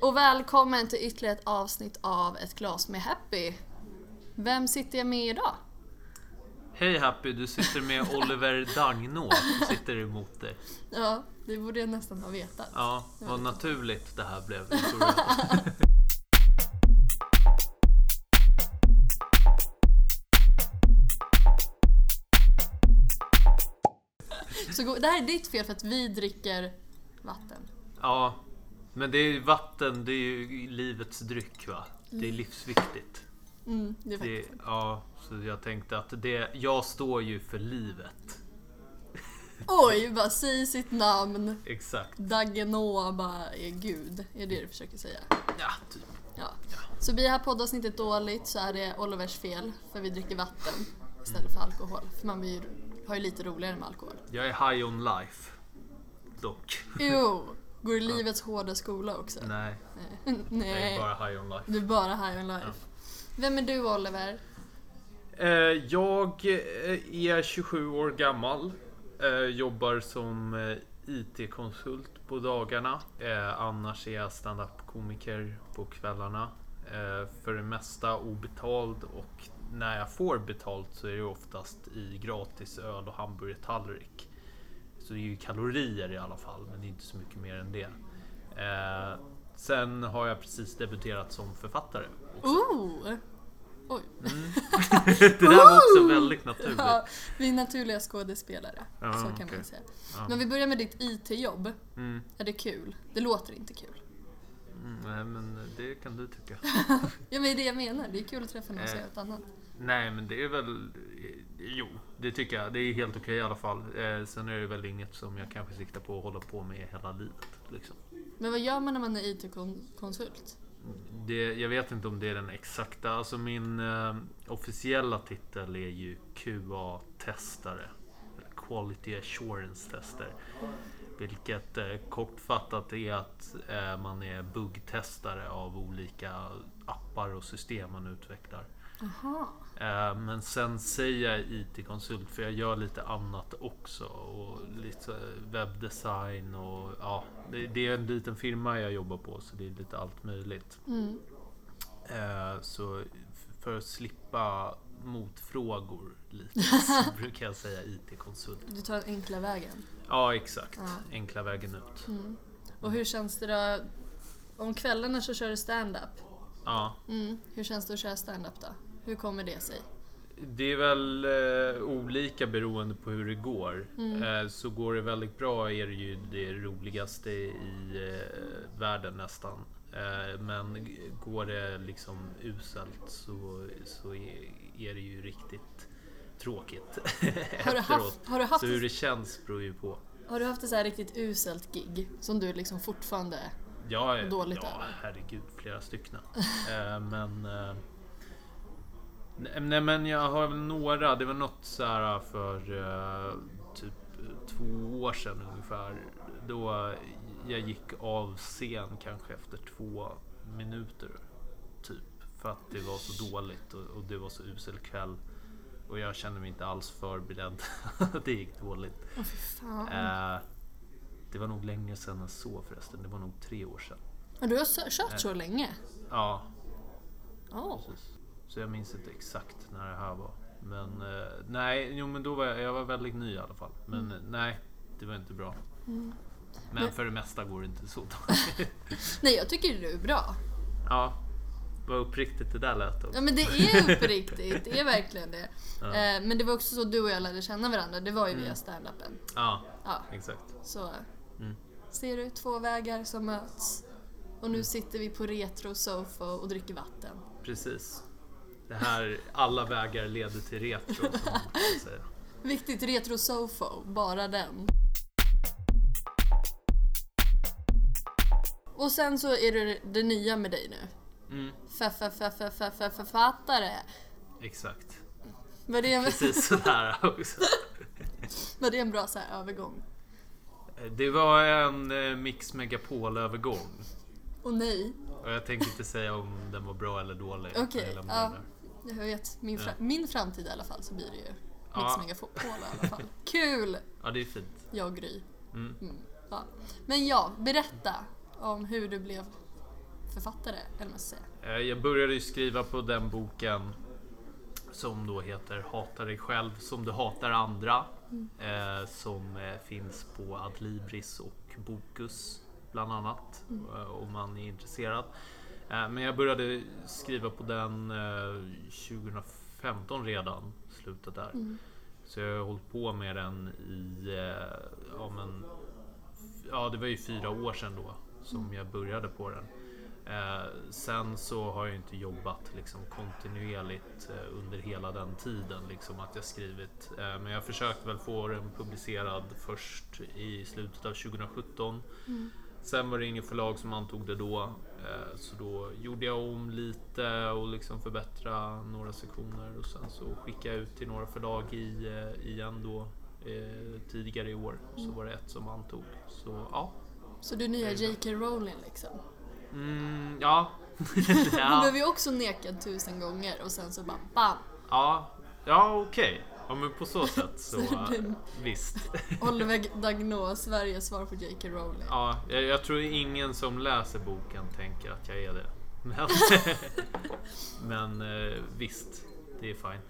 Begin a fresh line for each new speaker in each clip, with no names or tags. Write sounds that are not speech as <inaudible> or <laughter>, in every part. och välkommen till ytterligare ett avsnitt av Ett glas med Happy. Vem sitter jag med idag?
Hej Happy, du sitter med Oliver Dagnå sitter emot dig.
Ja, det borde jag nästan ha vetat.
Ja, vad naturligt det här blev. tror jag.
Så gå- det här är ditt fel för att vi dricker vatten.
Ja, men det är ju vatten, det är ju livets dryck va? Det är livsviktigt.
Mm, det är
Det,
faktiskt.
ja, så jag tänkte att det, jag står ju för livet.
Oj, bara säg sitt namn.
Exakt.
Dagenå bara är gud. Är det det du försöker säga?
Ja, typ.
Ja. Så blir det här poddavsnittet dåligt så är det Olivers fel för vi dricker vatten istället för alkohol. För man blir, ju- har ju lite roligare med alkohol.
Jag är high on life. Dock.
Jo! Går i livets hårda skola också?
Nej, jag är
Nej.
bara high on life.
Du är bara high on life. Vem är du Oliver?
Eh, Jag eh, är 27 år gammal. Eh, Jobbar som eh, IT-konsult på dagarna. Eh, Annars är jag standup-komiker på kvällarna. Eh, För det mesta obetald och när jag får betalt så är det oftast i gratis öl och hamburgertallrik. Så det är ju kalorier i alla fall, men det är inte så mycket mer än det. Eh, Sen har jag precis debuterat som författare. också.
Oh! Oj.
Mm. <laughs> Det där var också väldigt naturligt.
Ja, vi är naturliga skådespelare.
Ja,
så kan man
okej.
säga.
Ja.
Men vi börjar med ditt IT-jobb.
Mm.
Är det kul? Det låter inte kul.
Mm, Nej men det kan du tycka.
Ja men det är det jag menar. Det är kul att träffa någon som
Eh.
gör ett annat.
Nej men det är väl... Jo, det tycker jag. Det är helt okej i alla fall. Eh, sen är det väl inget som jag kanske siktar på att hålla på med hela livet. Liksom.
Men vad gör man när man är IT-konsult?
Det, jag vet inte om det är den exakta. Alltså min eh, officiella titel är ju QA-testare. Eller Quality Assurance Tester. Vilket eh, kortfattat är att eh, man är buggtestare av olika appar och system man utvecklar.
Aha.
Eh, Men sen säger jag IT-konsult för jag gör lite annat också. Och lite eh, webbdesign och ja, det, det är en liten firma jag jobbar på så det är lite allt möjligt.
Mm.
Eh, Så f- för att slippa motfrågor
<laughs>
lite så brukar jag säga IT-konsult.
Du tar den enkla vägen.
Ja, exakt.
Ja.
Enkla vägen ut.
Och hur känns det då? Om kvällarna så kör du stand-up.
Ja.
Mm. Hur känns det att köra stand-up då? Hur kommer det sig?
Det är väl eh, olika beroende på hur det går.
Mm.
Eh, så går det väldigt bra är det ju det roligaste i eh, världen nästan. Eh, men g- går det liksom uselt så, så är, är det ju riktigt tråkigt
Har du haft,
efteråt.
har du haft
Så hur det känns beror ju på.
Har du haft ett så här riktigt uselt gig som du liksom fortfarande...
Ja, eh,
Dåligt
ja
över.
herregud, flera stycken. eh, men... Eh, nej, nej men jag har väl några. Det var något så här för eh, typ två år sedan ungefär. Då jag gick av scen kanske efter två minuter. Typ. För att det var så dåligt och, och det var så usel kväll. Och jag kände mig inte alls förberedd. <laughs> det gick dåligt.
Åh fy fan.
Eh, det var nog längre sedan än så förresten. Det var nog tre år sedan.
Men du har sö- kört
Eh.
så länge?
Ja,
Oh.
precis. Så jag minns inte exakt när det här var. Men eh, nej, jo, men då var jag, jag var väldigt ny i alla fall. Men eh, nej, det var inte bra. Men,
Mm. Men-
för det mesta går det inte så dåligt. <laughs>
Nej, jag tycker du är bra.
ja, vad uppriktigt det där lät.
Ja
Också.
men det är uppriktigt, det är verkligen det. Eh, men det var också så du och jag lärde känna varandra, det var ju
Mm.
via standupen.
Ja,
Ja,
exakt.
så. eh,
Mm.
Ser du, två vägar som möts. Och nu sitter vi på retro sofa och dricker vatten.
Precis. Det här, alla vägar leder till retro som man brukar säga.
Viktigt retro sofo, bara den. Och sen så är det det nya med dig nu.
Mm,
Författare.
exakt.
Var det, en,
Precis sådär också.
<laughs> var det en bra så här övergång?
Det var en eh, Mix Megapol-övergång.
Och nej,
Och jag tänker inte säga om den var bra eller dålig.
Okej,
Jag lämnar
ja.
den där.
jag vet. Min, fra- min framtid i alla fall så blir det ju Mix
Ja.
Megapol i alla fall. Kul!
ja, det är fint.
Jag Gry.
Mm.
Ja. Men ja, berätta om hur du blev författare, eller vad säga.
Eh, Jag började ju skriva på den boken som då heter Hata dig själv som du hatar andra. Eh, som eh, finns på Adlibris och Bokus bland annat. Eh, om man är intresserad. Eh, men jag började skriva på den eh, 2015 redan, slutet där. Så jag har hållit på med den i, eh, ja men, ja det var ju fyra år sedan då som jag började på den. Eh, sen så har jag inte jobbat liksom, kontinuerligt eh, under hela den tiden liksom, att jag skrivit. Eh, men jag försökte väl få den publicerad först i slutet av 2017. Sen var det inget förlag som antog det då. Eh, så då gjorde jag om lite och liksom förbättra några sektioner och sen så skickade jag ut till några förlag i, eh, igen då. Eh, tidigare i år så var det ett som antog. Så ja.
Så du är nya J.K. Rowling liksom.
Mm, ja. <laughs>
Hon
ja.
blev ju också nekad tusen gånger och sen så bara bam!
Ja, ja okej. Ja men på så sätt så
Så det-
eh, visst.
Oliver Dagnå, Sveriges svar på J.K. Rowling.
Ja, jag, jag tror ingen som läser boken tänker att jag är det. Men, <laughs> men eh, visst, det är fine.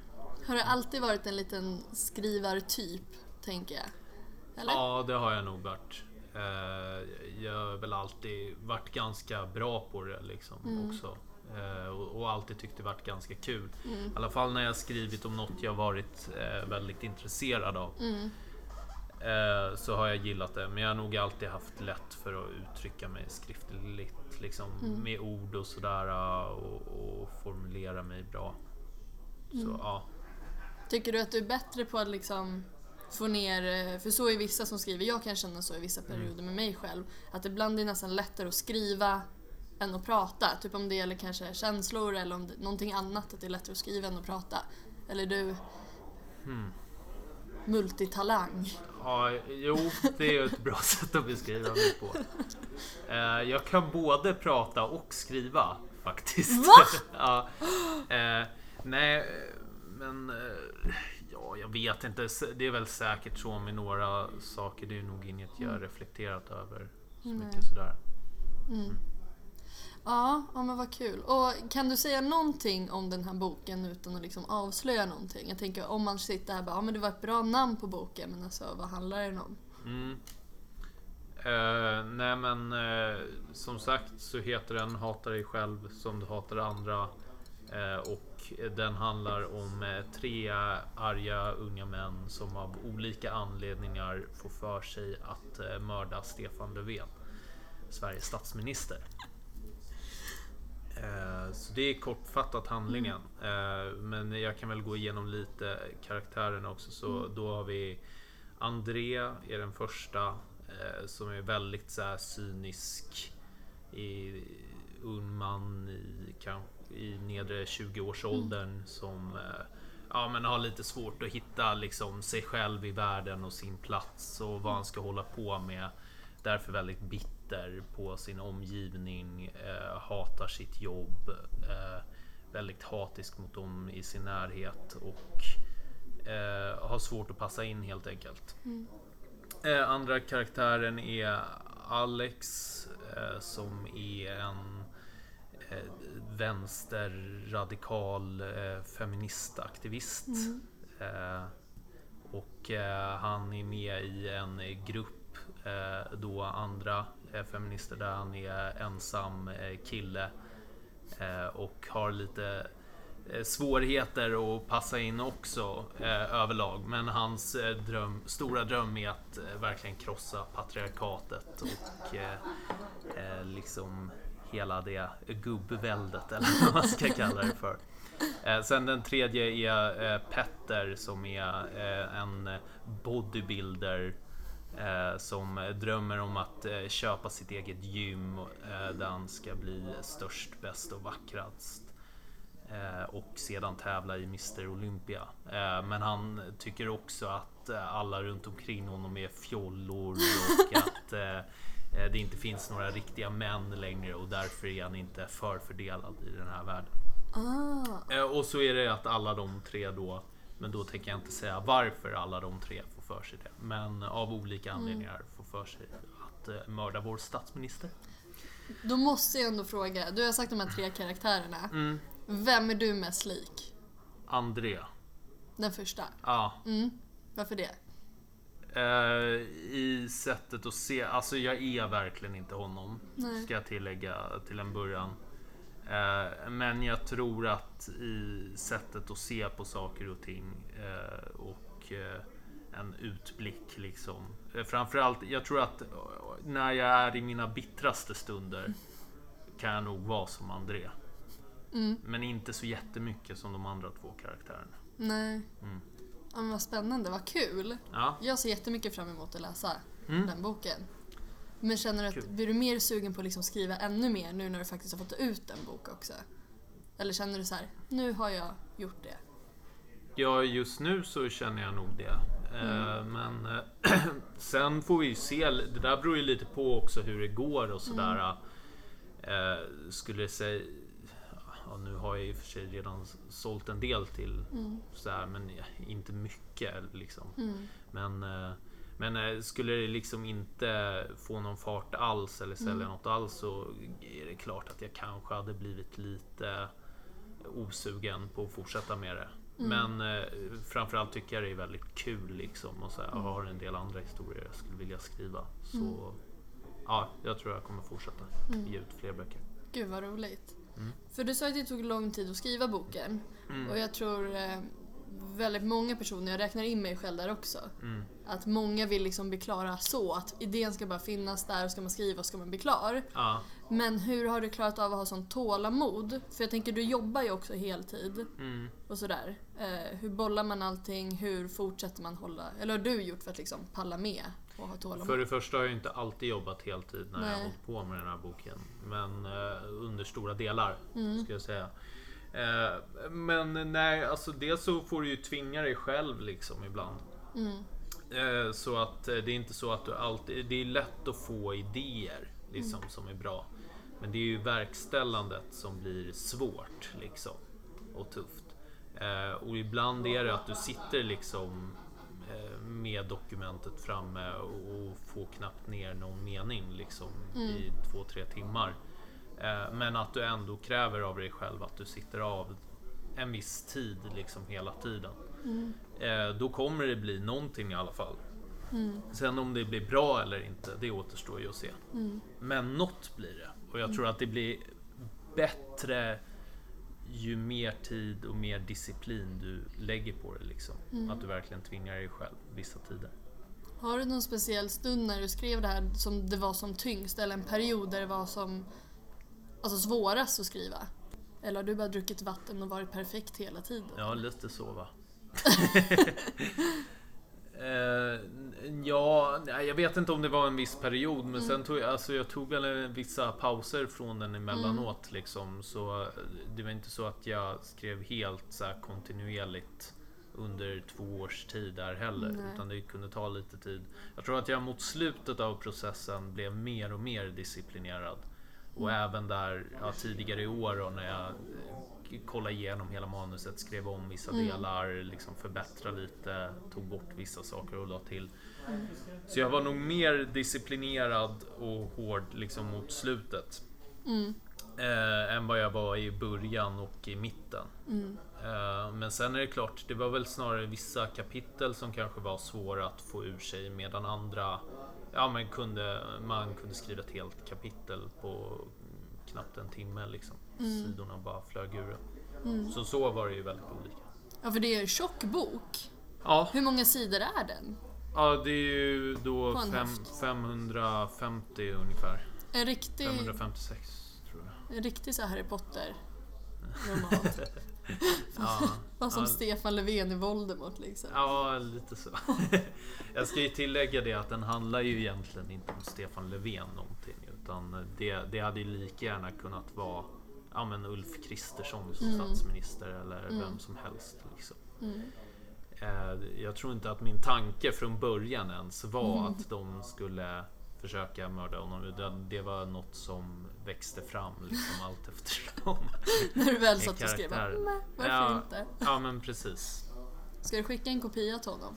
Har det alltid varit en liten skrivartyp, tänker jag? Eller?
Ja, det har jag nog varit. Eh, Jag har väl alltid varit ganska bra på det liksom också. Eh, och- Och alltid tyckt det varit ganska kul. I alla fall när jag skrivit om något jag varit eh, väldigt intresserad av. Eh, Så har jag gillat det. Men jag har nog alltid haft lätt för att uttrycka mig skriftligt. Liksom, Med ord och sådär. eh, Och, och formulera mig bra. Så ja.
Tycker du att du är bättre på att liksom få ner, eh, för så är vissa som skriver, jag kan känna så i vissa
Mm.
perioder med mig själv, att ibland är det nästan lättare att skriva än att prata. Typ om det gäller kanske känslor eller om det, någonting annat, att det är lättare att skriva än att prata. Eller du...
Hmm.
Multitalang.
Ja, jo, det är ett bra sätt att beskriva mig på. Eh, jag kan både prata och skriva faktiskt.
Va?
<laughs> ja, eh, nej, men eh, ja, jag vet inte. S- Det är väl säkert så med några saker. Det är nog inget jag har reflekterat över så mycket sådär.
Mm. Ja, ja, men vad kul. Och kan du säga någonting om den här boken utan att liksom avslöja någonting? Jag tänker om man sitter här och bara, ja men det var ett bra namn på boken, men alltså vad handlar den om?
Mm. Eh, nej men eh, som sagt så heter den Hata dig själv som du hatar andra. Eh, och den handlar om eh, tre arga unga män som av olika anledningar får för sig att eh, mörda Stefan Löfven. Sveriges statsminister. Eh, Så det är kortfattat handlingen. Eh, Men jag kan väl gå igenom lite karaktärerna också. Så då har vi André är den första eh, som är väldigt så här, cynisk. I, ung man i, kan, i nedre 20-årsåldern som eh, ja, men har lite svårt att hitta liksom, sig själv i världen och sin plats och vad han ska hålla på med. Därför väldigt bitter på sin omgivning, eh, hatar sitt jobb, eh, väldigt hatisk mot dem i sin närhet och eh, har svårt att passa in helt enkelt. Eh, andra karaktären är Alex eh, som är en eh, vänsterradikal eh, feministaktivist. Eh, och eh, han är med i en grupp eh, då andra eh, feminister där han är ensam eh, kille eh, och har lite eh, svårigheter att passa in också eh, överlag. Men hans eh, dröm, stora dröm är att eh, verkligen krossa patriarkatet och eh, eh, liksom hela det gubbväldet eller <laughs> vad man ska kalla det för. Eh, sen den tredje är eh, Petter som är eh, en bodybuilder eh, som drömmer om att eh, köpa sitt eget gym eh, där han ska bli störst, bäst och vackrast. Eh, och sedan tävla i Mr Olympia. Eh, men han tycker också att eh, alla runt omkring honom är fjollor och att eh, eh, det inte finns några riktiga män längre och därför är han inte förfördelad i den här världen.
Ah.
Eh, Och så är det att alla de tre då, men då tänker jag inte säga varför alla de tre får för sig det, men av olika anledningar får för sig att eh, mörda vår statsminister.
Då måste jag ändå fråga, du har sagt de här tre karaktärerna.
Mm.
Vem är du mest lik?
André.
Den första.
Ja.
Mm. Varför det?
Eh, I sättet att se, alltså jag är verkligen inte honom.
Nej.
Ska jag tillägga till en början. Eh, men jag tror att i sättet att se på saker och ting eh, och eh, en utblick liksom. Eh, framförallt, jag tror att eh, när jag är i mina bittraste stunder kan jag nog vara som André.
Mm.
Men inte så jättemycket som de andra två karaktärerna.
Nej.
Mm.
Ja, men vad spännande, vad kul.
Ja.
Jag ser jättemycket fram emot att läsa
Mm.
den boken. Men känner du att,
Kul.
blir du mer sugen på att liksom skriva ännu mer nu när du faktiskt har fått ut en bok också? Eller känner du så här, nu har jag gjort det?
Ja, just nu så känner jag nog det. Eh, Men eh, <clears throat> sen får vi ju se. Det där beror ju lite på också hur det går och sådär. Eh, skulle det säga... Ja, nu har jag i och för sig redan sålt en del till sådär, men inte mycket liksom. Men, eh, men eh, skulle det liksom inte få någon fart alls eller sälja något alls så är det klart att jag kanske hade blivit lite osugen på att fortsätta med det. Men eh, framförallt tycker jag det är väldigt kul liksom och så här, jag har en del andra historier jag skulle vilja skriva. Så ja, jag tror jag kommer fortsätta
Mm.
ge ut fler böcker.
Gud vad roligt.
Mm.
För du sa att det tog lång tid att skriva boken. Och jag tror eh, väldigt många personer, jag räknar in mig själv där också,
mm,
att många vill liksom bli klara så att idén ska bara finnas där och ska man skriva och ska man bli klar.
Ja,
Men hur har du klarat av att ha sån tålamod? För jag tänker du jobbar ju också heltid
mm.
och sådär. Eh, hur bollar man allting? Hur fortsätter man hålla? Eller har du gjort för att liksom palla med och ha tålamod?
För det första har jag inte alltid jobbat heltid när jag
Nej.
har hållit på med den här boken. Men eh, under stora delar, ska jag säga. Eh, men nej, alltså dels så får du ju tvinga dig själv liksom ibland. Eh, så att eh, det är inte så att du alltid... Det är lätt att få idéer liksom som är bra. Men det är ju verkställandet som blir svårt liksom. Och tufft. Eh, och ibland är det att du sitter liksom eh, med dokumentet framme och, och får knappt ner någon mening liksom i två, tre timmar. Eh, men att du ändå kräver av dig själv att du sitter av en viss tid liksom hela tiden. Eh, då kommer det bli någonting i alla fall. Sen om det blir bra eller inte, det återstår ju att se. Men något blir det. Och jag tror att det blir bättre ju mer tid och mer disciplin du lägger på det. Liksom. Att du verkligen tvingar dig själv vissa tider.
Har du någon speciell stund när du skrev det här som det var som tyngst? Eller en period där det var som alltså, svårast att skriva? Eller har du bara druckit vatten och varit perfekt hela tiden?
Ja, lite så va. <laughs> Eh, n- ja, nej, jag vet inte om det var en viss period men sen tog jag, alltså jag tog väl vissa pauser från den emellanåt liksom. Så eh, det var inte så att jag skrev helt så här kontinuerligt under två års tid där heller.
Nej.
Utan det kunde ta lite tid. Jag tror att jag mot slutet av processen blev mer och mer disciplinerad. Och även där ja, tidigare i år då, när jag eh, kollade igenom hela manuset, skrev om vissa delar, liksom förbättrade lite, tog bort vissa saker och la till. Så jag var nog mer disciplinerad och hård liksom mot slutet. Eh, än vad jag var i början och i mitten. Eh, men sen är det klart, det var väl snarare vissa kapitel som kanske var svåra att få ur sig medan andra Ja men kunde, man kunde skriva ett helt kapitel på knappt en timme liksom.
Mm.
Sidorna bara flög ur en. Så så var det ju väldigt olika.
Ja, för det är en tjock bok.
Ja,
Hur många sidor är den?
ja det är ju då
På en
fem,
höft.
550 ungefär.
En riktig,
556 tror jag.
en riktig så här Harry Potter roman.
<laughs> Ja.
<laughs> Vad som
Ja.
Stefan Löfven i Voldemort liksom.
Ja, lite så. <laughs> Jag ska ju tillägga det att den handlar ju egentligen inte om Stefan Löfven någonting. Utan det, det hade ju lika gärna kunnat vara ja, men Ulf Kristersson som
Mm.
statsminister eller vem som helst. Liksom. Eh, Jag tror inte att min tanke från början ens var
Mm.
att de skulle försöka mörda honom. utan Det var något som växte fram
<laughs>
liksom allt eftersom.
När du väl
i
satt och skrev.
karaktär.
"Nej, Varför
Ja.
inte?
Ja, men precis.
Ska du skicka en kopia till honom?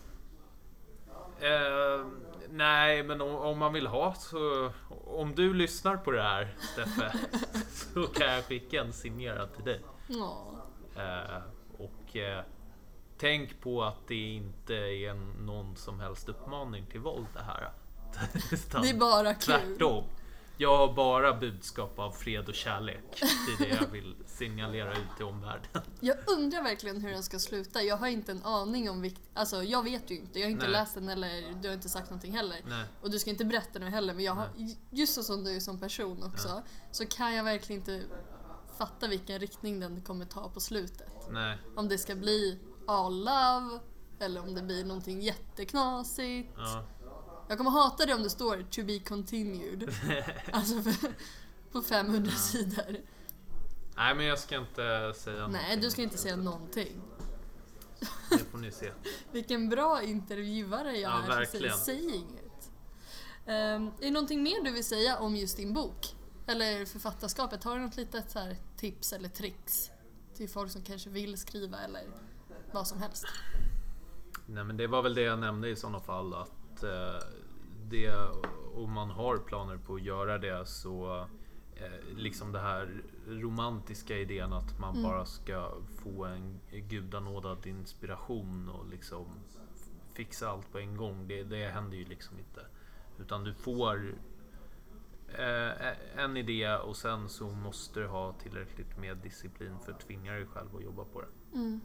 Eh, Nej, men om, om man vill ha så... Om du lyssnar på det här,
<laughs>
Steffe, så kan jag skicka en signerad till dig.
Ja.
Eh, och eh, tänk på att det inte är en, någon som helst uppmaning till våld det här. Utan
Det är bara kul.
tvärtom. Jag har bara budskap av fred och kärlek. Det är det jag vill signalera ut till omvärlden.
Jag undrar verkligen hur den ska sluta. Jag har inte en aning om vikt... Alltså jag vet ju inte. Jag har inte
Nej.
läst den eller du har inte sagt någonting heller.
Nej.
Och du ska inte berätta nu heller men jag har, just så som du är som person också så kan jag verkligen inte fatta vilken riktning den kommer ta på slutet.
Nej.
Om det ska bli all love eller om det blir någonting jätteknasigt.
Ja. <laughs>
Jag kommer hata det om det står to be
<laughs>
continued. alltså för, på 500 sidor.
Nej, men jag ska inte säga
Nej,
någonting.
du ska inte säga någonting.
Det får ni se.
Vilken bra intervjuare jag är
Ja,
som säger
verkligen.
säg inget. Ehm, är det någonting mer du vill säga om just din bok? Eller författarskapet? Har du något litet så här tips eller tricks? Till folk som kanske vill skriva eller vad som helst.
Nej men det var väl det jag nämnde i sådana fall att eh, det, om man har planer på att göra det så eh, liksom det här romantiska idén att man bara ska få en gudanådad inspiration och liksom fixa allt på en gång. Det, det händer ju liksom inte. Utan du får eh, en idé och sen så måste du ha tillräckligt med disciplin för att tvinga dig själv att jobba på det.
Mm.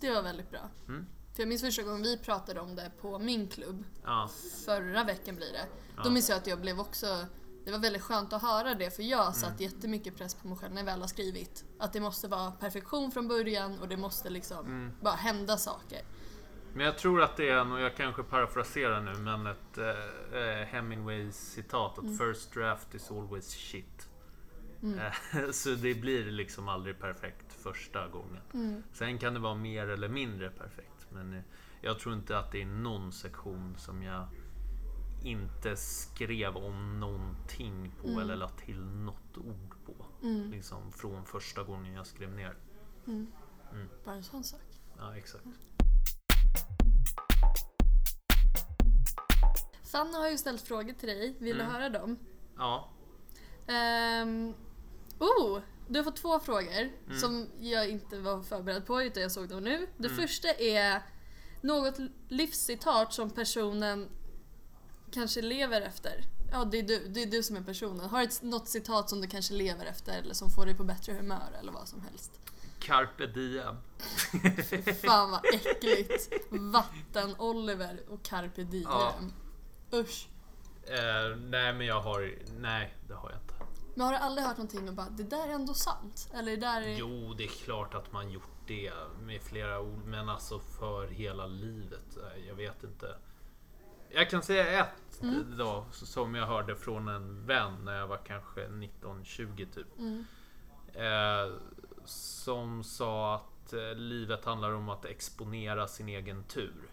Det var väldigt bra.
Mm.
För jag minns första gången vi pratade om det på min klubb.
Ja,
Förra veckan blir det.
Ja.
Då minns jag att jag blev också... Det var väldigt skönt att höra det för jag satt
Mm.
jättemycket press på mig själv när jag väl har skrivit. Att det måste vara perfektion från början och det måste liksom
Mm.
bara hända saker.
Men jag tror att det är en, och jag kanske parafraserar nu, men ett eh, eh, Hemingways citat att “First draft is always shit”. Eh, <laughs> så det blir liksom aldrig perfekt första gången. Sen kan det vara mer eller mindre perfekt. Men eh, jag tror inte att det är någon sektion som jag inte skrev om någonting på eller la till något ord på.
Mm.
Liksom från första gången jag skrev ner.
Bara en sån sak.
Ja, exakt.
Fanny har ju ställt frågor till dig. Vill
Mm.
du höra dem?
Ja,
Ehm, oh, du har fått två frågor
Mm.
som jag inte var förberedd på utan jag såg dem nu. Det första är något livscitat som personen kanske lever efter. Ja, det är du, det är du som är personen. Har du ett, något citat som du kanske lever efter eller som får dig på bättre humör eller vad som helst?
carpe diem.
Fan vad äckligt! Vatten-Oliver och Carpe Diem.
Ja.
Usch!
Eh, nej, men jag har... Nej, det har jag inte.
Men har du aldrig hört någonting och bara det där är ändå sant? Eller det där är...
Jo, det är klart att man gjort det med flera ord, men alltså för hela livet. eh, Jag vet inte. Jag kan säga ett då, som jag hörde från en vän när jag var kanske 19-20 typ.
Mm.
Eh, som sa att eh, livet handlar om att exponera sin egen tur.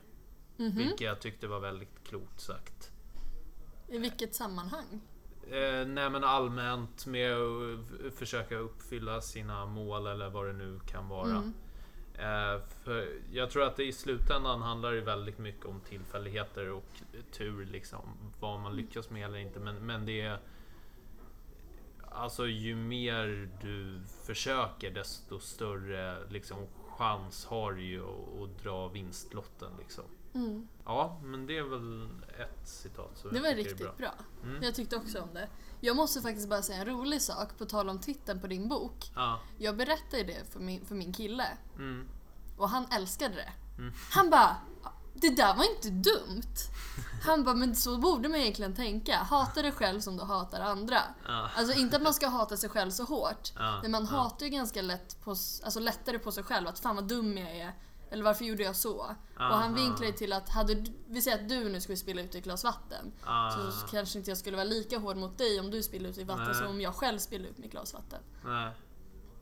Mhm. Mm.
Vilket jag tyckte var väldigt klokt sagt.
I vilket sammanhang?
Eh, nej men allmänt med att f- försöka uppfylla sina mål eller vad det nu kan vara.
Mm.
Eh, för jag tror att det i slutändan handlar det väldigt mycket om tillfälligheter och tur liksom. Vad
Mm.
man lyckas med eller inte. Men, men det är... Alltså ju mer du försöker desto större liksom, chans har du ju att, att dra vinstlotten liksom. Ja, men det är väl ett citat som
Mm. Det
jag
var
tycker är
riktigt bra.
Mm.
Jag tyckte också om det. Jag måste faktiskt bara säga en rolig sak på tal om titeln på din bok.
Ja,
Jag berättade ju det för min, för min kille
mm.
och han älskade det. Han bara, det där var inte dumt. Han bara, men så borde man egentligen tänka. Hata dig själv som du hatar andra.
Ja.
Alltså inte att man ska hata sig själv så hårt.
Ja,
Men man
ja.
hatar ju ganska lätt på, s- alltså lättare på sig själv. Att fan vad dum jag är. Eller varför gjorde jag så? Och han
Aha.
vinklar ju till att, hade, du- vi säger att du nu skulle spilla ut ett glas vatten.
Ah.
Så, så kanske inte jag skulle vara lika hård mot dig om du spiller ut ditt vatten
Nej.
som om jag själv spiller ut mitt glas vatten.
Nej.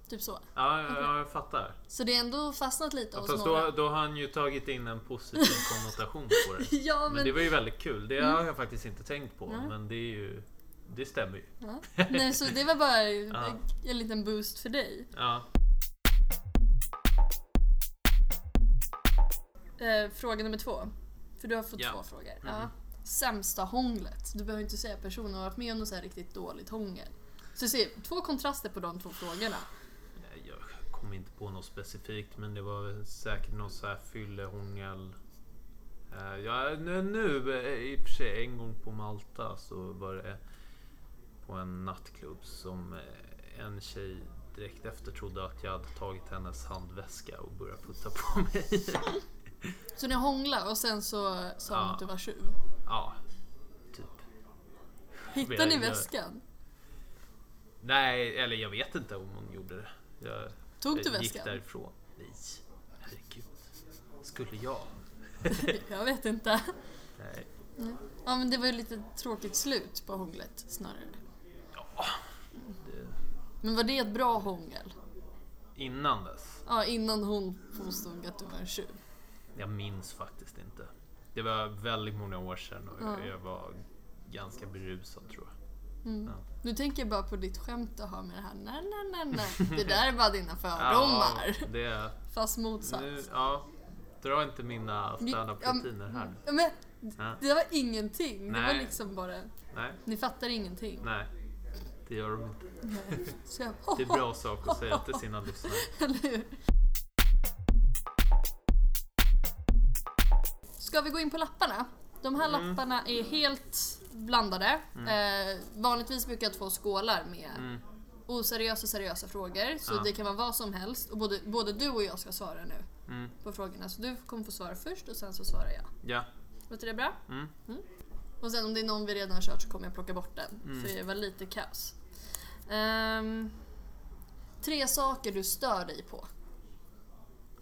Typ så.
Ja, ja, ja, jag fattar.
Så det är ändå fastnat lite hos
Fast
några. <laughs>
då, då har han ju tagit in en positiv konnotation på det.
Ja,
Men det
men, Mm.
var ju väldigt kul. Det har jag faktiskt inte tänkt på. Men det är ju... Det stämmer ju.
nej, så det var bara
<laughs> Ja.
en, en liten boost för dig.
Ja.
Eh, fråga nummer två. För du har fått
Ja. Mm.
två frågor. Ja. sämsta hånglet. Du behöver inte säga personen har varit med om något så här riktigt dåligt hångel. Så du ser, två kontraster på de två frågorna.
Nej, Jag kom inte på något specifikt men det var väl säkert något så här fyllehångel. Eh, Ja, nu, nu eh, i och för sig en gång på Malta så var det på en nattklubb som eh, en tjej direkt efter trodde att jag hade tagit hennes handväska och börjat putta på <laughs> mig.
Så ni hånglade och sen så sa hon
Ja.
att du var tjuv.
Ja, typ.
Hittade
Spelar
ni
ingen roll.
väskan?
Nej, eller jag vet inte om hon gjorde det. Jag,
Tog du
jag gick
väskan? <laughs>
därifrån. Nej, herregud. Skulle jag?
Jag vet inte.
Nej.
Ja men det var ju lite tråkigt slut på hånglet snarare.
Ja. Det,
Men var det ett bra hångel?
innan dess.
Ja, innan hon påstod att du var en tjuv.
Jag minns faktiskt inte. Det var väldigt många år sedan och
Ja.
jag, jag var ganska berusad tror jag.
Mm.
Ja.
Nu tänker jag bara på ditt skämt du har med det här. Nej, nej, nej,
<laughs>
nej. Det där är bara dina fördomar.
Ja, det,
<laughs> Fast motsatt.
nu, ja, dra inte mina
Ja, mm. men-
standup-rutiner här.
Ja, men
Ja.
det var ingenting. Det var
Nej.
liksom bara,
Nej,
ni fattar ingenting.
nej. Det gör de inte.
Så jag,
Det är en bra sak att säga till sina lyssnare.
<laughs> eller hur? Ska vi gå in på lapparna? De här
Mm.
lapparna är helt blandade. Eh, vanligtvis brukar jag ha två skålar med
Mm.
oseriösa och seriösa frågor. Så
Ja.
det kan vara vad som helst. Och både, både du och jag ska svara nu
Mm.
på frågorna. Så du kommer få svara först och sen så svarar jag.
Ja.
Låter det bra?
Mm.
Och sen om det är någon vi redan har kört så kommer jag plocka bort den.
Mm.
För det var lite kaos. Ehm, tre saker du stör dig på.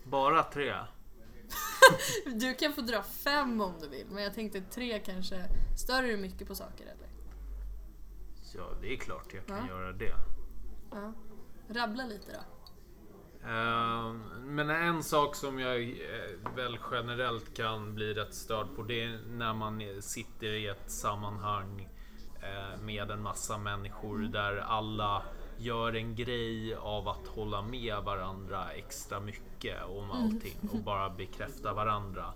Bara tre.
Du kan få dra fem om du vill, men jag tänkte tre kanske. Stör du dig mycket på saker eller?
Ja, det är klart jag kan
Ja.
göra det.
Ja. Rabbla lite då.
Ehm, Men en sak som jag eh, väl generellt kan bli rätt störd på det är när man eh, sitter i ett sammanhang eh, med en massa människor där alla gör en grej av att hålla med varandra extra mycket om allting och bara bekräfta varandra.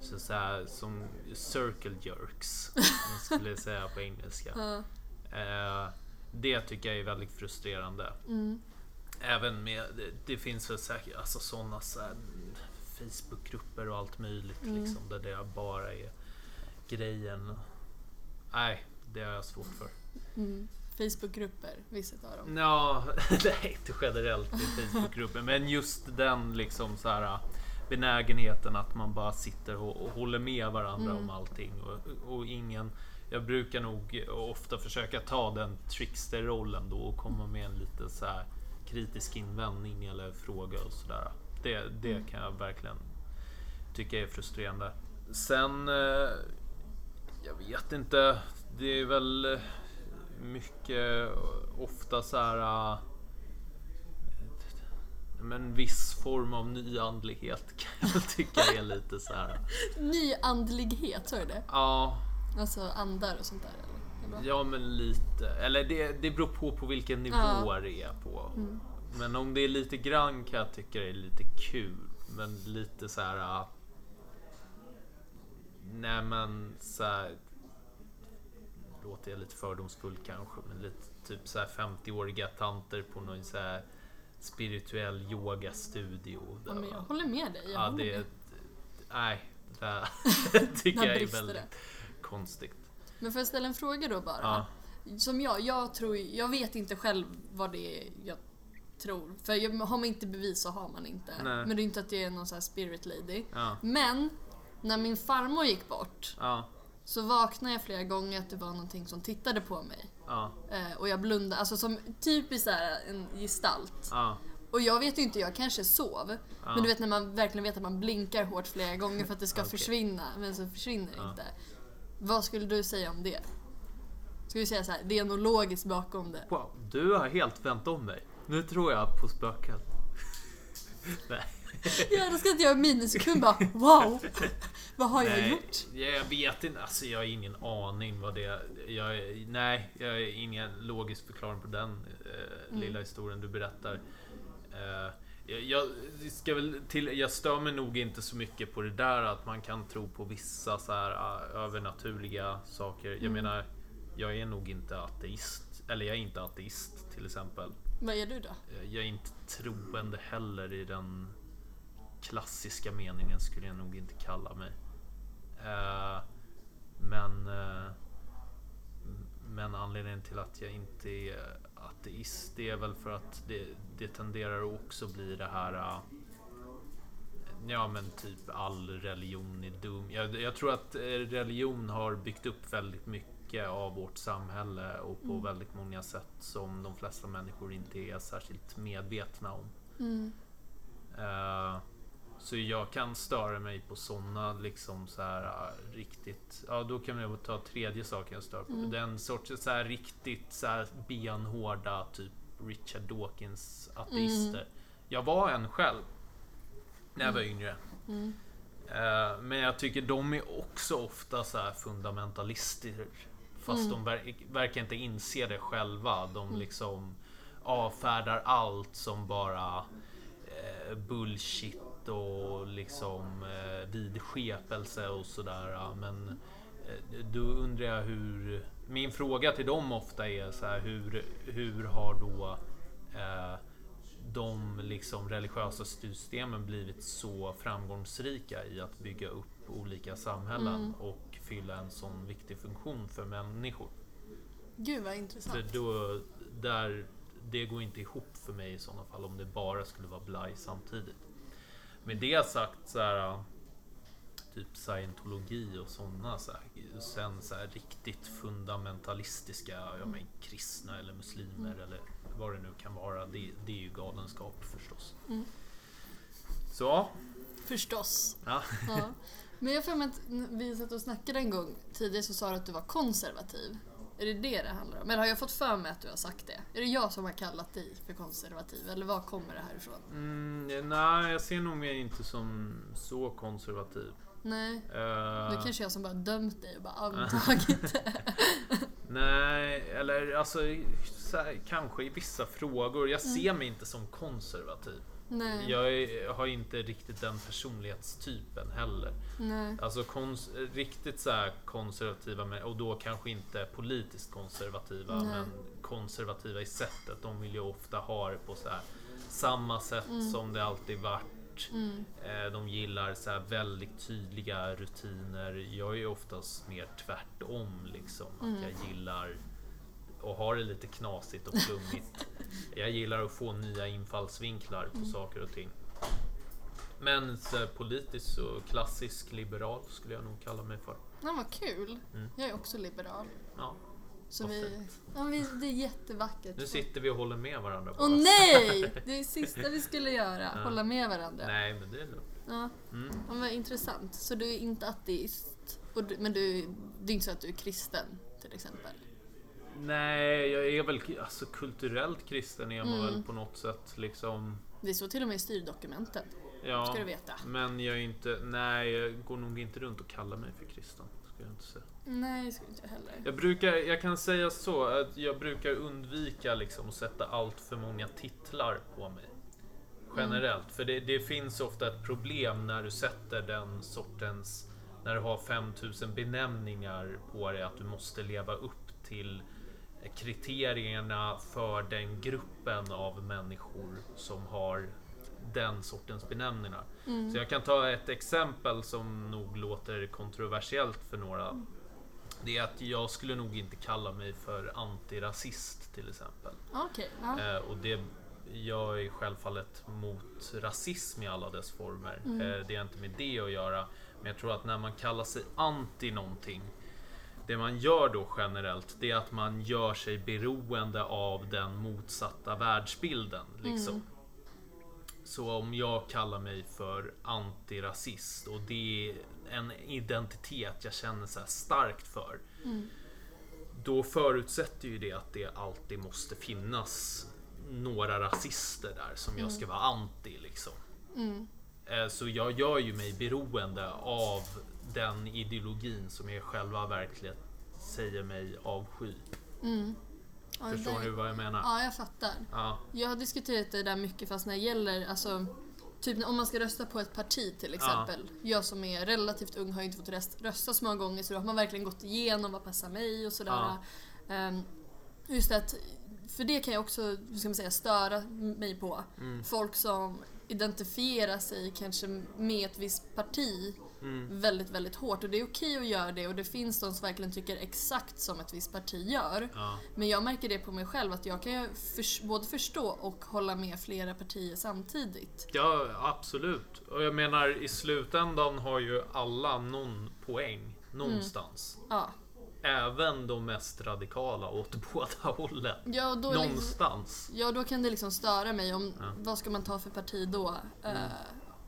Så, så här, som circle jerks, som man skulle säga
<laughs>
på engelska.
Ja.
Eh, Det tycker jag är väldigt frustrerande.
Mm.
Även med, det, det finns väl säkert alltså sådana så här Facebookgrupper och allt möjligt liksom, där det bara är grejen. Nej, det har jag svårt för.
Mm. Facebookgrupper, vissa av dem.
Ja, <laughs> nej inte generellt i Facebookgrupper, men just den liksom så här benägenheten att man bara sitter och, och håller med varandra om allting och, och ingen jag brukar nog ofta försöka ta den tricksterrollen då och komma med en lite så här kritisk invändning eller fråga och sådär. Det, det kan jag verkligen tycka är frustrerande. Sen, eh, jag vet inte, det är väl eh, mycket eh, ofta så här eh, men viss form av nyandlighet kan jag väl tycka är lite så här.
Nyandlighet, hör du det?
Ja,
Alltså andar och sånt där eller? Eller?
Ja men lite. Eller det, det beror på på vilken nivå
Ja. Mm.
det är på. Men om det är lite grann kan jag tycka det är lite kul. Men lite så här. ah, Nej men så här. Låter jag lite fördomsfull kanske. Men lite typ så här 50-åriga tanter på någon så här spirituell yogastudio.
Ja,
där,
men jag
va?
håller med dig. Jag
ja,
håller
det,
med.
är- nej, det här
<laughs>
tycker
Där
jag är
brister det.
väldigt konstigt.
Men får jag ställa en fråga då bara?
Ja.
Som jag, jag tror Jag vet inte själv vad det är jag tror. För jag, har man inte bevis så har man inte.
Nej.
Men det är inte att jag är någon sån här spirit lady.
Ja,
Men när min farmor gick bort
ja,
så vaknade jag flera gånger att det var någonting som tittade på mig.
ja.
Eh, och jag blundade, alltså som typiskt så här, en gestalt.
Ja,
Och jag vet ju inte, jag kanske sov.
Ja.
Men du vet när man verkligen vet att man blinkar hårt flera gånger för att det ska
<laughs> Okej.
försvinna, men så försvinner det
Ja.
inte. Vad skulle du säga om det? Skulle du säga så här, det är något logiskt bakom
<laughs>
det?
wow, du har helt vänt om mig. Nu tror jag på spöken. <laughs> Nej,
Ja, då ska inte jag i minisekund bara wow! Vad har jag
nej,
gjort?
jag vet inte. Alltså, jag har ingen aning vad det jag, Nej, jag har
Mm.
ingen logisk förklaring på den eh, lilla historien du berättar. Eh, Jag, jag, ska väl till, jag stör mig nog inte så mycket på det där att man kan tro på vissa så här äh, övernaturliga saker. Jag
Mm.
menar, jag är nog inte ateist. Eller jag är inte ateist till exempel.
Vad är du då?
Eh, Jag är inte troende heller i den klassiska meningen skulle jag nog inte kalla mig. Eh, Men, eh, m- men anledningen till att jag inte är ateist det är väl för att det, det tenderar att också bli det här eh, Ja men typ all religion är dum. Jag, jag tror att eh, religion har byggt upp väldigt mycket av vårt samhälle och på väldigt många sätt som de flesta människor inte är särskilt medvetna om.
Mm.
Eh, så jag kan störa mig på sådana liksom så här eh, riktigt, ja då kan jag ta tredje saken jag stör på.
Mm.
Den sortens så här riktigt så här benhårda typ Richard Dawkins ateister. Jag var en själv när jag var yngre.
Mm.
Eh, Men jag tycker de är också ofta så här fundamentalister. Fast
Mm.
de ver- verkar inte inse det själva. De liksom avfärdar allt som bara eh, bullshit och liksom eh, vidskepelse och sådär. ja. Men eh, då undrar jag hur... Min fråga till dem ofta är så här, hur, hur har då eh, de liksom religiösa systemen blivit så framgångsrika i att bygga upp olika samhällen
Mm.
och fylla en sån viktig funktion för människor.
Gud vad intressant.
För då, där, det går inte ihop för mig i sådana fall om det bara skulle vara blaj samtidigt. Med det sagt så här äh, typ scientologi och sådana så här, sen så här riktigt fundamentalistiska, ja
Mm.
men kristna eller muslimer eller vad det nu kan vara, det, det är ju galenskap förstås.
Mm.
Så, ja.
Förstås.
Ja.
Ja. Men jag har för mig att n- vi satt och snackade en gång tidigare så sa du att du var konservativ. Är det det det handlar om? Eller har jag fått för mig att du har sagt det? Är det jag som har kallat dig för konservativ? Eller var kommer det här ifrån?
Mm, nej, jag ser nog mig inte som så konservativ.
Nej,
Eh,
det är kanske jag som bara dömt dig och bara antagit
<laughs>
det.
Nej, eller alltså så här, kanske i vissa frågor. Jag ser mig inte som konservativ.
<laughs> Nej,
Jag är, har inte riktigt den personlighetstypen heller.
nej.
Alltså kons, riktigt så här konservativa, men- och då kanske inte politiskt konservativa,
Nej.
men konservativa i sättet. De vill ju ofta ha det på så här, samma sätt som det alltid varit.
Mm.
Eh, De gillar så här väldigt tydliga rutiner. Jag är ju oftast mer tvärtom liksom. Att
Mm.
jag gillar och har det lite knasigt och flummigt.
<laughs>
jag gillar att få nya infallsvinklar
Mm.
på saker och ting. Men så här, politiskt så klassisk liberal skulle jag nog kalla mig för.
Men vad kul.
Mm.
Jag är också liberal.
Ja,
Så
Vad
vi...
fint.
Ja, men vi... Det är jättevackert.
nu sitter vi och håller med varandra.
Åh
bara. <laughs>
nej! Det är det sista vi skulle göra.
Ja.
Hålla med varandra.
Nej, men det är lugnt.
Ja.
Mm.
Ja, men vad intressant. Så du är inte ateist, och du, men du, det är inte så att du är kristen till exempel?
Nej, jag är väl alltså, kulturellt kristen är man
Mm.
väl på något sätt liksom.
Det står till och med i styrdokumentet,
Ja.
ska du veta.
Men jag är inte, nej jag går nog inte runt och kallar mig för kristen. Ska jag, inte säga.
Nej, det ska inte jag heller.
jag brukar, jag kan säga så att jag brukar undvika liksom att sätta allt för många titlar på mig. Generellt, för det, det finns ofta ett problem när du sätter den sortens, när du har 5000 benämningar på dig, att du måste leva upp till kriterierna för den gruppen av människor som har den sortens benämningar.
Mm.
Så jag kan ta ett exempel som nog låter kontroversiellt för några. Det är att jag skulle nog inte kalla mig för antirasist till exempel.
Okej, ja.
Eh, och det, jag är självfallet mot rasism i alla dess former. Eh, det är inte med det att göra. Men jag tror att när man kallar sig anti någonting. Det man gör då generellt, det är att man gör sig beroende av den motsatta världsbilden. Liksom. Så om jag kallar mig för antirasist och det är en identitet jag känner så här starkt för. Då förutsätter ju det att det alltid måste finnas några rasister där som jag
Mm.
ska vara anti liksom. Eh, Så jag gör ju mig beroende av den ideologin som jag själva verkligen säger mig avsky.
Mm. Ja, det-
Förstår du vad jag menar?
Ja, jag fattar.
Ja.
Jag har diskuterat det där mycket fast när det gäller, alltså, typ om man ska rösta på ett parti till exempel. Jag som är relativt ung har ju inte fått röst, rösta så många gånger så då har man verkligen gått igenom vad passar mig och sådär.
Ja.
Ehm, just det att, för det kan jag också, hur ska man säga, störa mig på. Folk som identifierar sig kanske med ett visst parti väldigt, väldigt hårt och det är okej att göra det och det finns de som verkligen tycker exakt som ett visst parti gör.
Ja.
Men jag märker det på mig själv att jag kan ju förs- både förstå och hålla med flera partier samtidigt.
Ja, absolut. Och jag menar i slutändan har ju alla någon poäng någonstans.
Ja,
Även de mest radikala åt <laughs> båda hållen.
ja, och då, är liksom,
Någonstans.
ja då kan det liksom störa mig. Om,
Ja. Mm.
Vad ska man ta för parti då? Eh,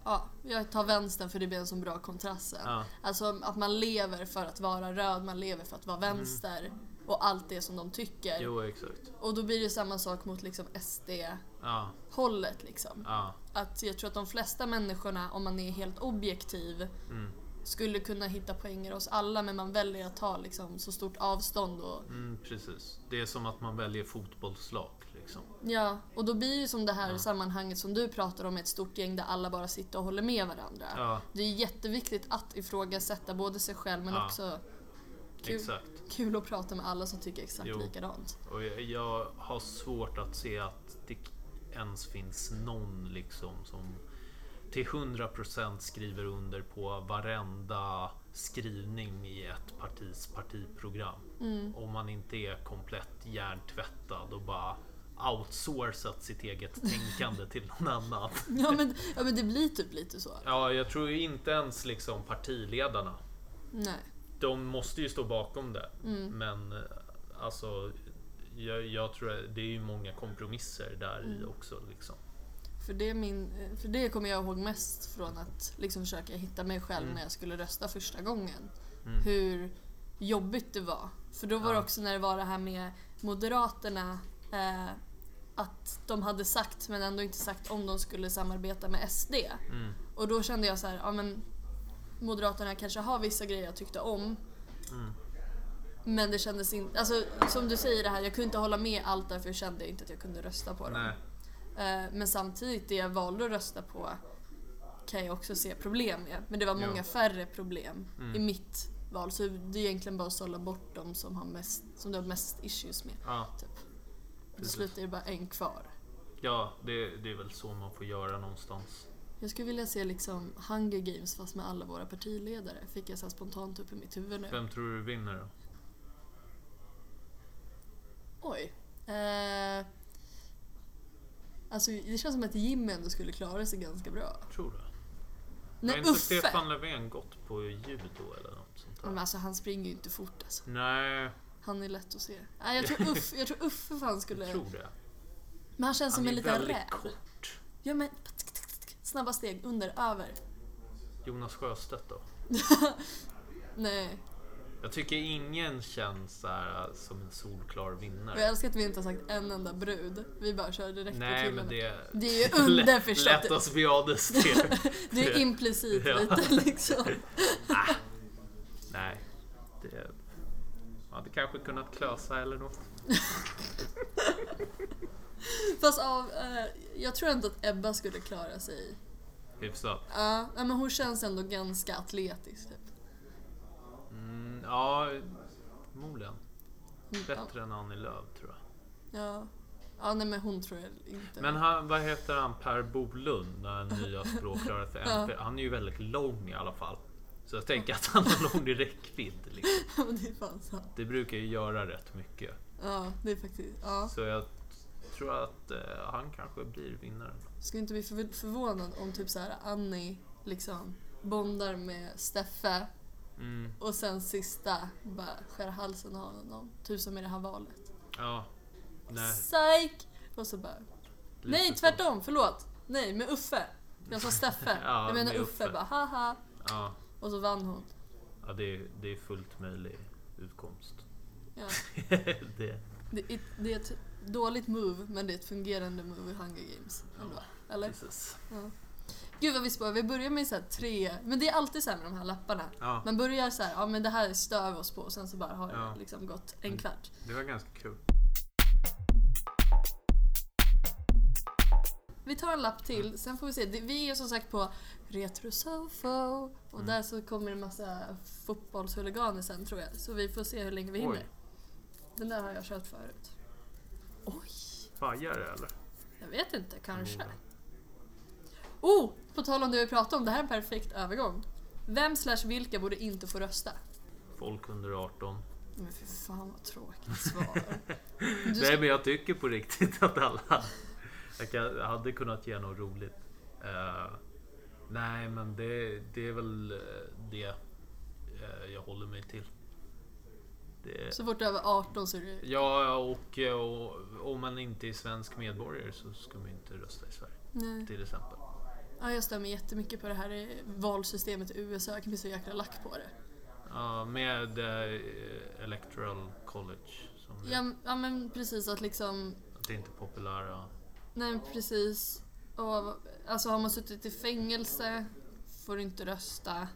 ja, jag tar vänstern för det blir en så bra kontrast sen.
Ja.
Alltså att man lever för att vara röd, man lever för att vara vänster och allt det som de tycker.
Mm. Jo, exakt.
Och då blir det samma sak mot liksom SD-hållet
Ja,
liksom.
ja,
att jag tror att de flesta människorna, om man är helt objektiv,
Mm.
skulle kunna hitta poänger hos alla men man väljer att ta liksom, så stort avstånd. Och,
mm, precis. Det är som att man väljer fotbollslag. Liksom.
ja, och då blir ju som det här sammanhanget som du pratar om, ett stort gäng där alla bara sitter och håller med varandra.
Ja,
Det är jätteviktigt att ifrågasätta både sig själv men
Ja.
också Kul.
exakt.
kul att prata med alla som tycker exakt
Jo.
likadant.
Och jag, jag har svårt att se att det k- ens finns någon liksom som till 100% skriver under på varenda skrivning i ett partis partiprogram.
Mm.
<laughs> Om man inte är komplett hjärntvättad och bara outsourcat sitt eget tänkande till någon annan.
Ja men, ja men det blir typ lite så.
Ja, jag tror ju inte ens liksom partiledarna
Nej. Mm.
de måste ju stå bakom det. Men eh, alltså, jag, jag tror att det är ju många kompromisser där
Mm.
i också. Liksom.
För det, är min, för det kommer jag ihåg mest från att liksom försöka hitta mig själv
Mm.
när jag skulle rösta första gången. Hur jobbigt det var. För då var det
Ja.
också när det var det här med Moderaterna. Eh, att de hade sagt men ändå inte sagt om de skulle samarbeta med SD.
Mm.
Och då kände jag så här, ja men Moderaterna kanske har vissa grejer jag tyckte om.
Mm.
Men det kändes inte, alltså som du säger det här, jag kunde inte hålla med allt därför jag kände inte att jag kunde rösta på dem.
Nej.
Eh, Men samtidigt, det jag valde att rösta på kan jag också se problem med. Men det var
Jo.
många färre problem
Mm.
i mitt val. Så det är egentligen bara att sålla bort de som, har mest, som du har mest issues med.
Ja,
Typ. Till
Precis.
slut är det bara en kvar.
ja det, det är väl så man får göra någonstans.
Jag skulle vilja se liksom Hunger Games fast med alla våra partiledare. Fick jag så här spontant upp i mitt huvud nu.
Vem tror du vinner då?
Oj. Eh, alltså det känns som att Jimmy ändå skulle klara sig ganska bra.
Tror du? har
Nej
inte
Uffe!
Stefan Löfven gått på judo eller något sånt där?
Men alltså han springer ju inte fort alltså.
Nej,
Han är lätt att se. Nej, jag tror Uff, jag tror Uffe fan
jag
skulle...
tror det.
Men han känns som
Han
en
är
liten
väldigt
räv.
kort.
Ja men snabba steg under, över. <laughs>
Jonas Sjöstedt då?
Nej.
Jag tycker ingen känns så här, eh, som en solklar
Och
vinnare.
jag älskar att vi inte har sagt en enda brud. Vi bara kör direkt på
Nej, men
killarna. Det...
det...
är
<laughs>
ju underförstått. <laughs>
Let us be honest here.
det är implicit
Ja.
lite liksom.
Nej. Det... Man hade kanske kunnat klösa eller något.
Fast av, eh, jag tror ändå att Ebba skulle klara sig.
Hyfsat.
Ja, nej, men hon känns ändå ganska atletisk typ.
Mm, ja, förmodligen.
Mm, ja.
Bättre än Annie Lööf tror jag.
Ja. ja, nej men hon tror jag inte.
Men han, vad heter han, Per Bolund, den nya språkröret för
<laughs>
MP? Han är ju väldigt lång i alla fall. Så jag tänker att han har lång räckvidd. Liksom.
Men <laughs> det är fan sant.
Det brukar ju göra rätt mycket.
Ja, det är faktiskt, ja.
Så jag tror att eh, han kanske blir vinnaren.
Skulle inte bli förv- förvånad om typ så här Annie liksom bondar med Steffe
Mm,
och sen sista bara skär halsen av honom. Typ som i det här valet.
ja. Nej,
Psyk! Och så bara,
lite
nej
så.
tvärtom, förlåt! Nej, med Uffe! Jag sa Steffe,
<laughs> Ja,
jag menar
med
Uffe.
Uffe.
bara haha!
Ja,
Och så vann hon.
ja det, är, det är fullt möjlig utkomst.
<laughs> Ja.
det.
Det, är, det är ett dåligt move, men det är ett fungerande move i Hunger Games. Ändå. Eller?
Precis.
Gud vad vi spår, vi börjar med så här tre, men det är alltid så här med de här lapparna.
Ja,
Man börjar så här, ja men det här stör vi oss på och sen så bara har
Ja.
det liksom gått en kvart.
det var ganska kul.
Vi tar en lapp till, sen får vi se. Det- Vi är som sagt på Retrosofo och där så kommer en massa fotbollshuliganer sen tror jag. Så vi får se hur länge vi hinner.
Oj,
Den där har jag kört förut. Oj,
pajar det eller?
jag vet inte, kanske. Oh, på tal om det vi pratade om, det här är en perfekt övergång. Vem slash vilka borde inte få rösta?
Folk under 18.
Men för fan vad tråkigt svar. Du ska-
Nej men jag tycker på riktigt <laughs> att alla... Jag kan, jag hade kunnat ge något roligt. Eh, nej men det, det är väl eh, det eh, jag håller mig till. Det,
Så fort du är över 18 så är det...
ja och, eh, och om man inte är svensk medborgare så ska man inte rösta i Sverige
Nej.
till exempel.
Ja, jag stämmer jättemycket på det här eh, valsystemet i USA. Jag kan bli så jäkla lack på det.
Ja, med eh, Electoral College. Som det-
Ja, ja men precis att liksom...
Att det inte är populära.
Nej men precis. Och, alltså har man suttit i fängelse får du inte rösta.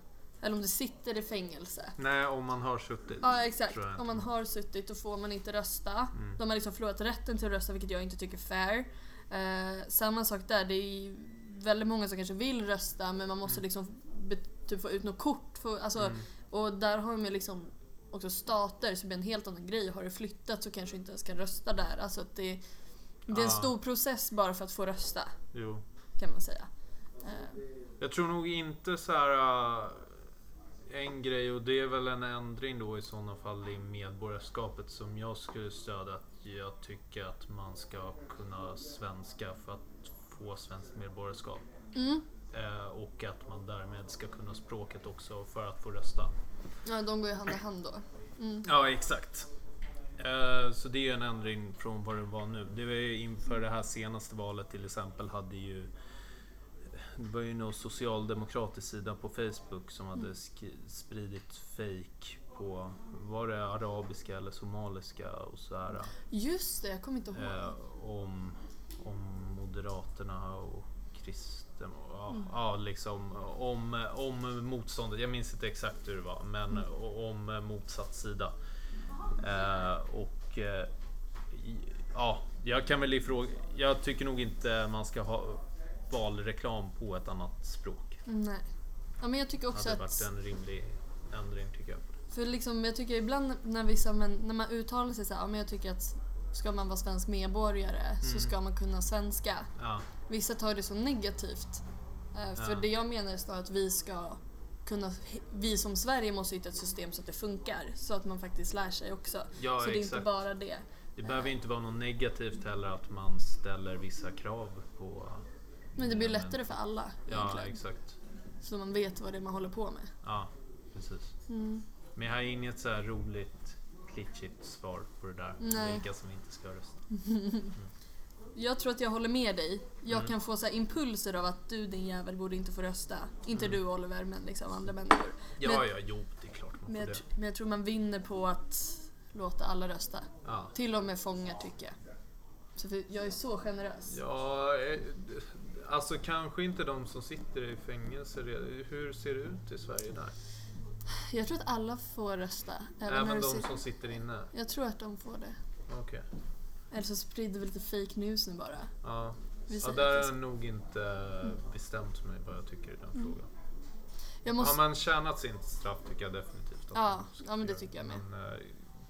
Eller om du sitter i fängelse.
Nej, om man har suttit.
Ja exakt.
tror jag.
Om man har suttit då får man inte rösta.
Mm.
De har liksom förlorat rätten till att rösta vilket jag inte tycker är fair. Eh, samma sak där. Det är ju väldigt många som kanske vill rösta men man måste liksom be, typ få ut något kort. För, alltså,
Mm.
Och där har de ju liksom också stater så det blir en helt annan grej. Har du flyttat så kanske du inte ens kan rösta där. Alltså att det, det är en
Ja.
stor process bara för att få rösta
Jo.
kan man säga. Eh,
Jag tror nog inte så här... äh, en grej och det är väl en ändring då i sådana fall i medborgarskapet som jag skulle stödja. Att jag tycker att man ska kunna svenska för att få svenskt medborgarskap.
Mm.
Eh, och att man därmed ska kunna språket också för att få rösta.
Ja, de går ju hand i hand då. Mm.
Ja, exakt. Eh, Så det är ju en ändring från vad det var nu. Det var ju inför det här senaste valet till exempel hade ju det var ju någon socialdemokratisk sida på Facebook som hade sk- spridit fake på var det arabiska eller somaliska och så här.
Just det, jag kommer inte ihåg.
eh, om, om Moderaterna och kristen ja,
Mm.
ja, liksom om, om motståndet. Jag minns inte exakt hur det var, men
Mm.
o- om motsatt sida. Eh, och eh, i- ja, jag kan väl ifråga. Jag tycker nog inte man ska ha valreklam på ett annat språk.
Nej. Ja, men jag tycker
Det
också
hade
att...
varit en rimlig ändring tycker jag.
För liksom, jag tycker ibland när vissa män, när man uttalar sig så här, ja, men jag tycker att ska man vara svensk medborgare
Mm.
så ska man kunna svenska.
Ja,
Vissa tar det som negativt. Eh, För
Ja.
det jag menar är snarare att vi ska kunna, vi som Sverige måste hitta ett system så att det funkar. Så att man faktiskt lär sig också.
ja
så det är inte
exakt.
bara det.
Det behöver inte vara något negativt heller att man ställer vissa krav på
Men det blir
Ja, men-
lättare för alla
Mm. Ja,
egentligen.
exakt.
Så man vet vad det är man håller på med.
Ja, precis. Men jag har inget så här roligt, klitschigt svar på det där.
Nej.
Vilka som inte ska rösta.
<laughs> Jag tror att jag håller med dig. Jag
Mm.
kan få så här impulser av att du din jävel borde inte få rösta. Inte
Mm.
du Oliver, men liksom andra människor.
Ja,
Men-
ja, jo, det är klart man får
Men jag,
det.
tr- men jag tror man vinner på att låta alla rösta.
Ja.
Till och med fångar tycker jag. Så för jag är så generös.
ja, eh, d- alltså kanske inte de som sitter i fängelse. redan. Hur ser det ut i Sverige där?
Jag tror att alla får rösta. Även när
Även
du
de
ser...
som sitter inne?
Jag tror att de får det.
Okej.
Eller så sprider vi lite fake news nu bara.
Ja.
Vi Mm.
ja,
säger
där har
faktiskt-
jag nog inte bestämt mig vad jag tycker i den
Mm.
frågan.
Jag
Har
måste...
man tjänat sin straff tycker jag definitivt att
Ja,
man ska
ja, men det
göra.
tycker jag med.
Men eh,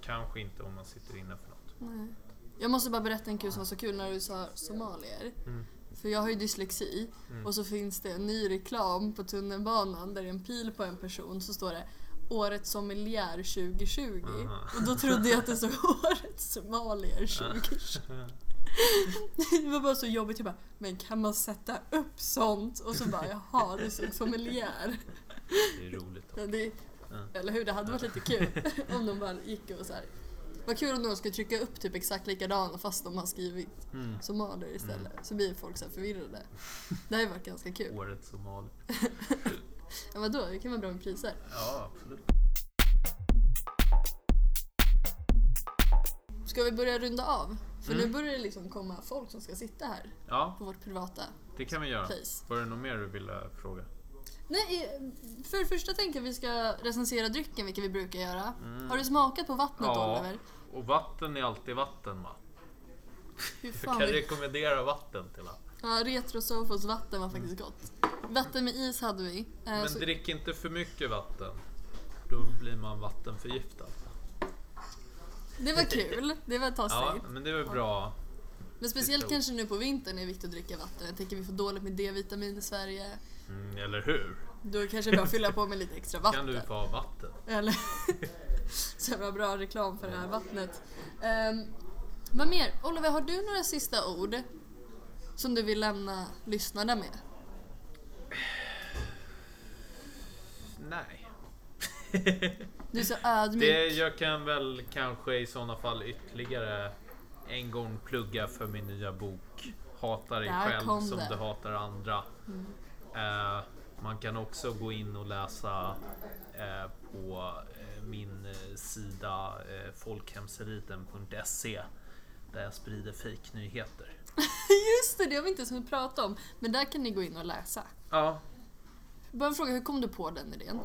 kanske inte om man sitter inne för något.
Nej. Jag måste bara berätta en kul som var så kul när du sa somalier.
Mm.
För jag har ju dyslexi
Mm.
och så finns det en ny reklam på tunnelbanan där det är en pil på en person så står det Årets sommelier 2020
Aha.
och då trodde jag att det stod <laughs> Årets somalier 2020. Det var bara så jobbigt, jag bara men kan man sätta upp sånt? Och så bara jaha, det stod sommelier.
Det är roligt.
Ja, Det,
Ja.
Eller hur? Det hade varit lite kul <laughs> om de bara gick och så här. Vad kul om de skulle trycka upp typ exakt likadana fast de har skrivit
Mm.
somalier istället. Så blir folk så här förvirrade. Det hade varit ganska kul.
Årets somal.
Ja, vadå? Det kan vara bra med priser.
Ja, absolut.
Ska vi börja runda av? För
Mm.
nu börjar det liksom komma folk som ska sitta här
Ja,
på vårt privata
det kan vi göra.
place.
Var det något mer du ville fråga?
Nej, eh, för det första tänker jag vi ska recensera drycken, vilket vi brukar göra.
Mm.
Har du smakat på vattnet
Ja.
Oliver?
Och vatten är alltid vatten va?
Hur
Jag
fan
kan
vi-
rekommendera vatten till alla.
Ja, Retrosofos vatten var faktiskt gott. Vatten med is hade vi. Eh,
Mm. Men
så-
drick inte för mycket vatten. Då blir man vattenförgiftad.
det var kul, det var tossigt.
Ja, men det var bra.
Men speciellt
Förstod.
kanske nu på vintern är det viktigt att dricka vatten. Jag tänker vi får dåligt med D-vitamin i Sverige.
Mm, eller hur?
Då kanske det är bara att fylla på med lite extra vatten.
Kan du få ha vatten?
Eller? <laughs> Så jävla bra reklam för det här vattnet. Ehm, vad mer? Oliver, har du några sista ord som du vill lämna lyssnarna med?
Nej.
Du är så ödmjuk.
Det, jag kan väl kanske i sådana fall ytterligare en gång plugga för min nya bok. Hata dig
Där
själv
kom
som
det. Mm.
du hatar andra. Eh, man kan också gå in och läsa eh, på eh, min eh, sida eh, folkhemseliten.se där jag sprider fejknyheter.
<laughs> Just det, det har vi inte ens hunnit prata om. Men där kan ni gå in och läsa.
Ja,
Bara en fråga, hur kom du på den idén?
Eh,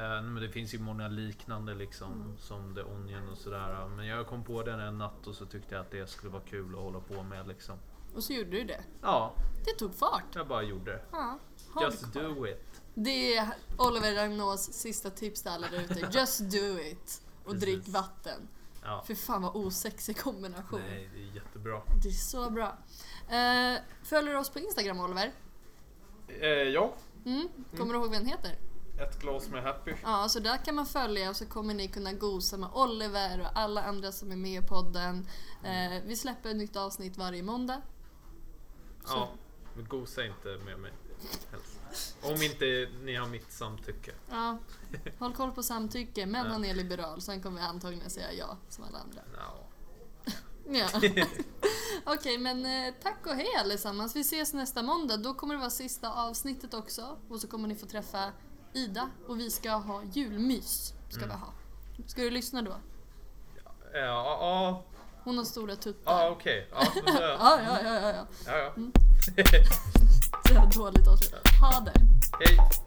nej, men det finns ju många liknande liksom
Mm.
som The Onion och sådär. Men jag kom på den en natt och så tyckte jag att det skulle vara kul att hålla på med liksom.
Och så gjorde du det.
Ja,
Det tog fart.
jag bara gjorde det.
Ja,
Just do it.
Det är Oliver Ragnås sista tips till alla där ute.
<laughs>
Just do it! Och
Precis.
drick vatten.
Ja.
För fan vad osexig kombination.
Nej, det är jättebra.
Det är så bra. Eh, följer du oss på Instagram Oliver?
Eh, ja,
Mm? Kommer du ihåg vad den heter?
ett glas med Happy.
Ja, så där kan man följa och så kommer ni kunna gosa med Oliver och alla andra som är med i podden. Eh, vi släpper ett nytt avsnitt varje måndag.
Ja, men gosa inte med mig. helst. Om inte ni har mitt samtycke.
Ja, håll koll på samtycke, men han är liberal så han kommer antagligen säga ja som alla andra.
Ja.
Ja. <laughs> Okej, men eh, tack och hej allesammans. Vi ses nästa måndag. Då kommer det vara sista avsnittet också. Och så kommer ni få träffa Ida och vi ska ha julmys. Ska vi ha. Ska du lyssna då?
Ja, ja,
Hon har stora tuttar.
ja, okej. Ja, men då-
Ja, ja, ja, ja. ja.
ja, ja.
Så jävla dåligt avslut. Ha det!
Hej.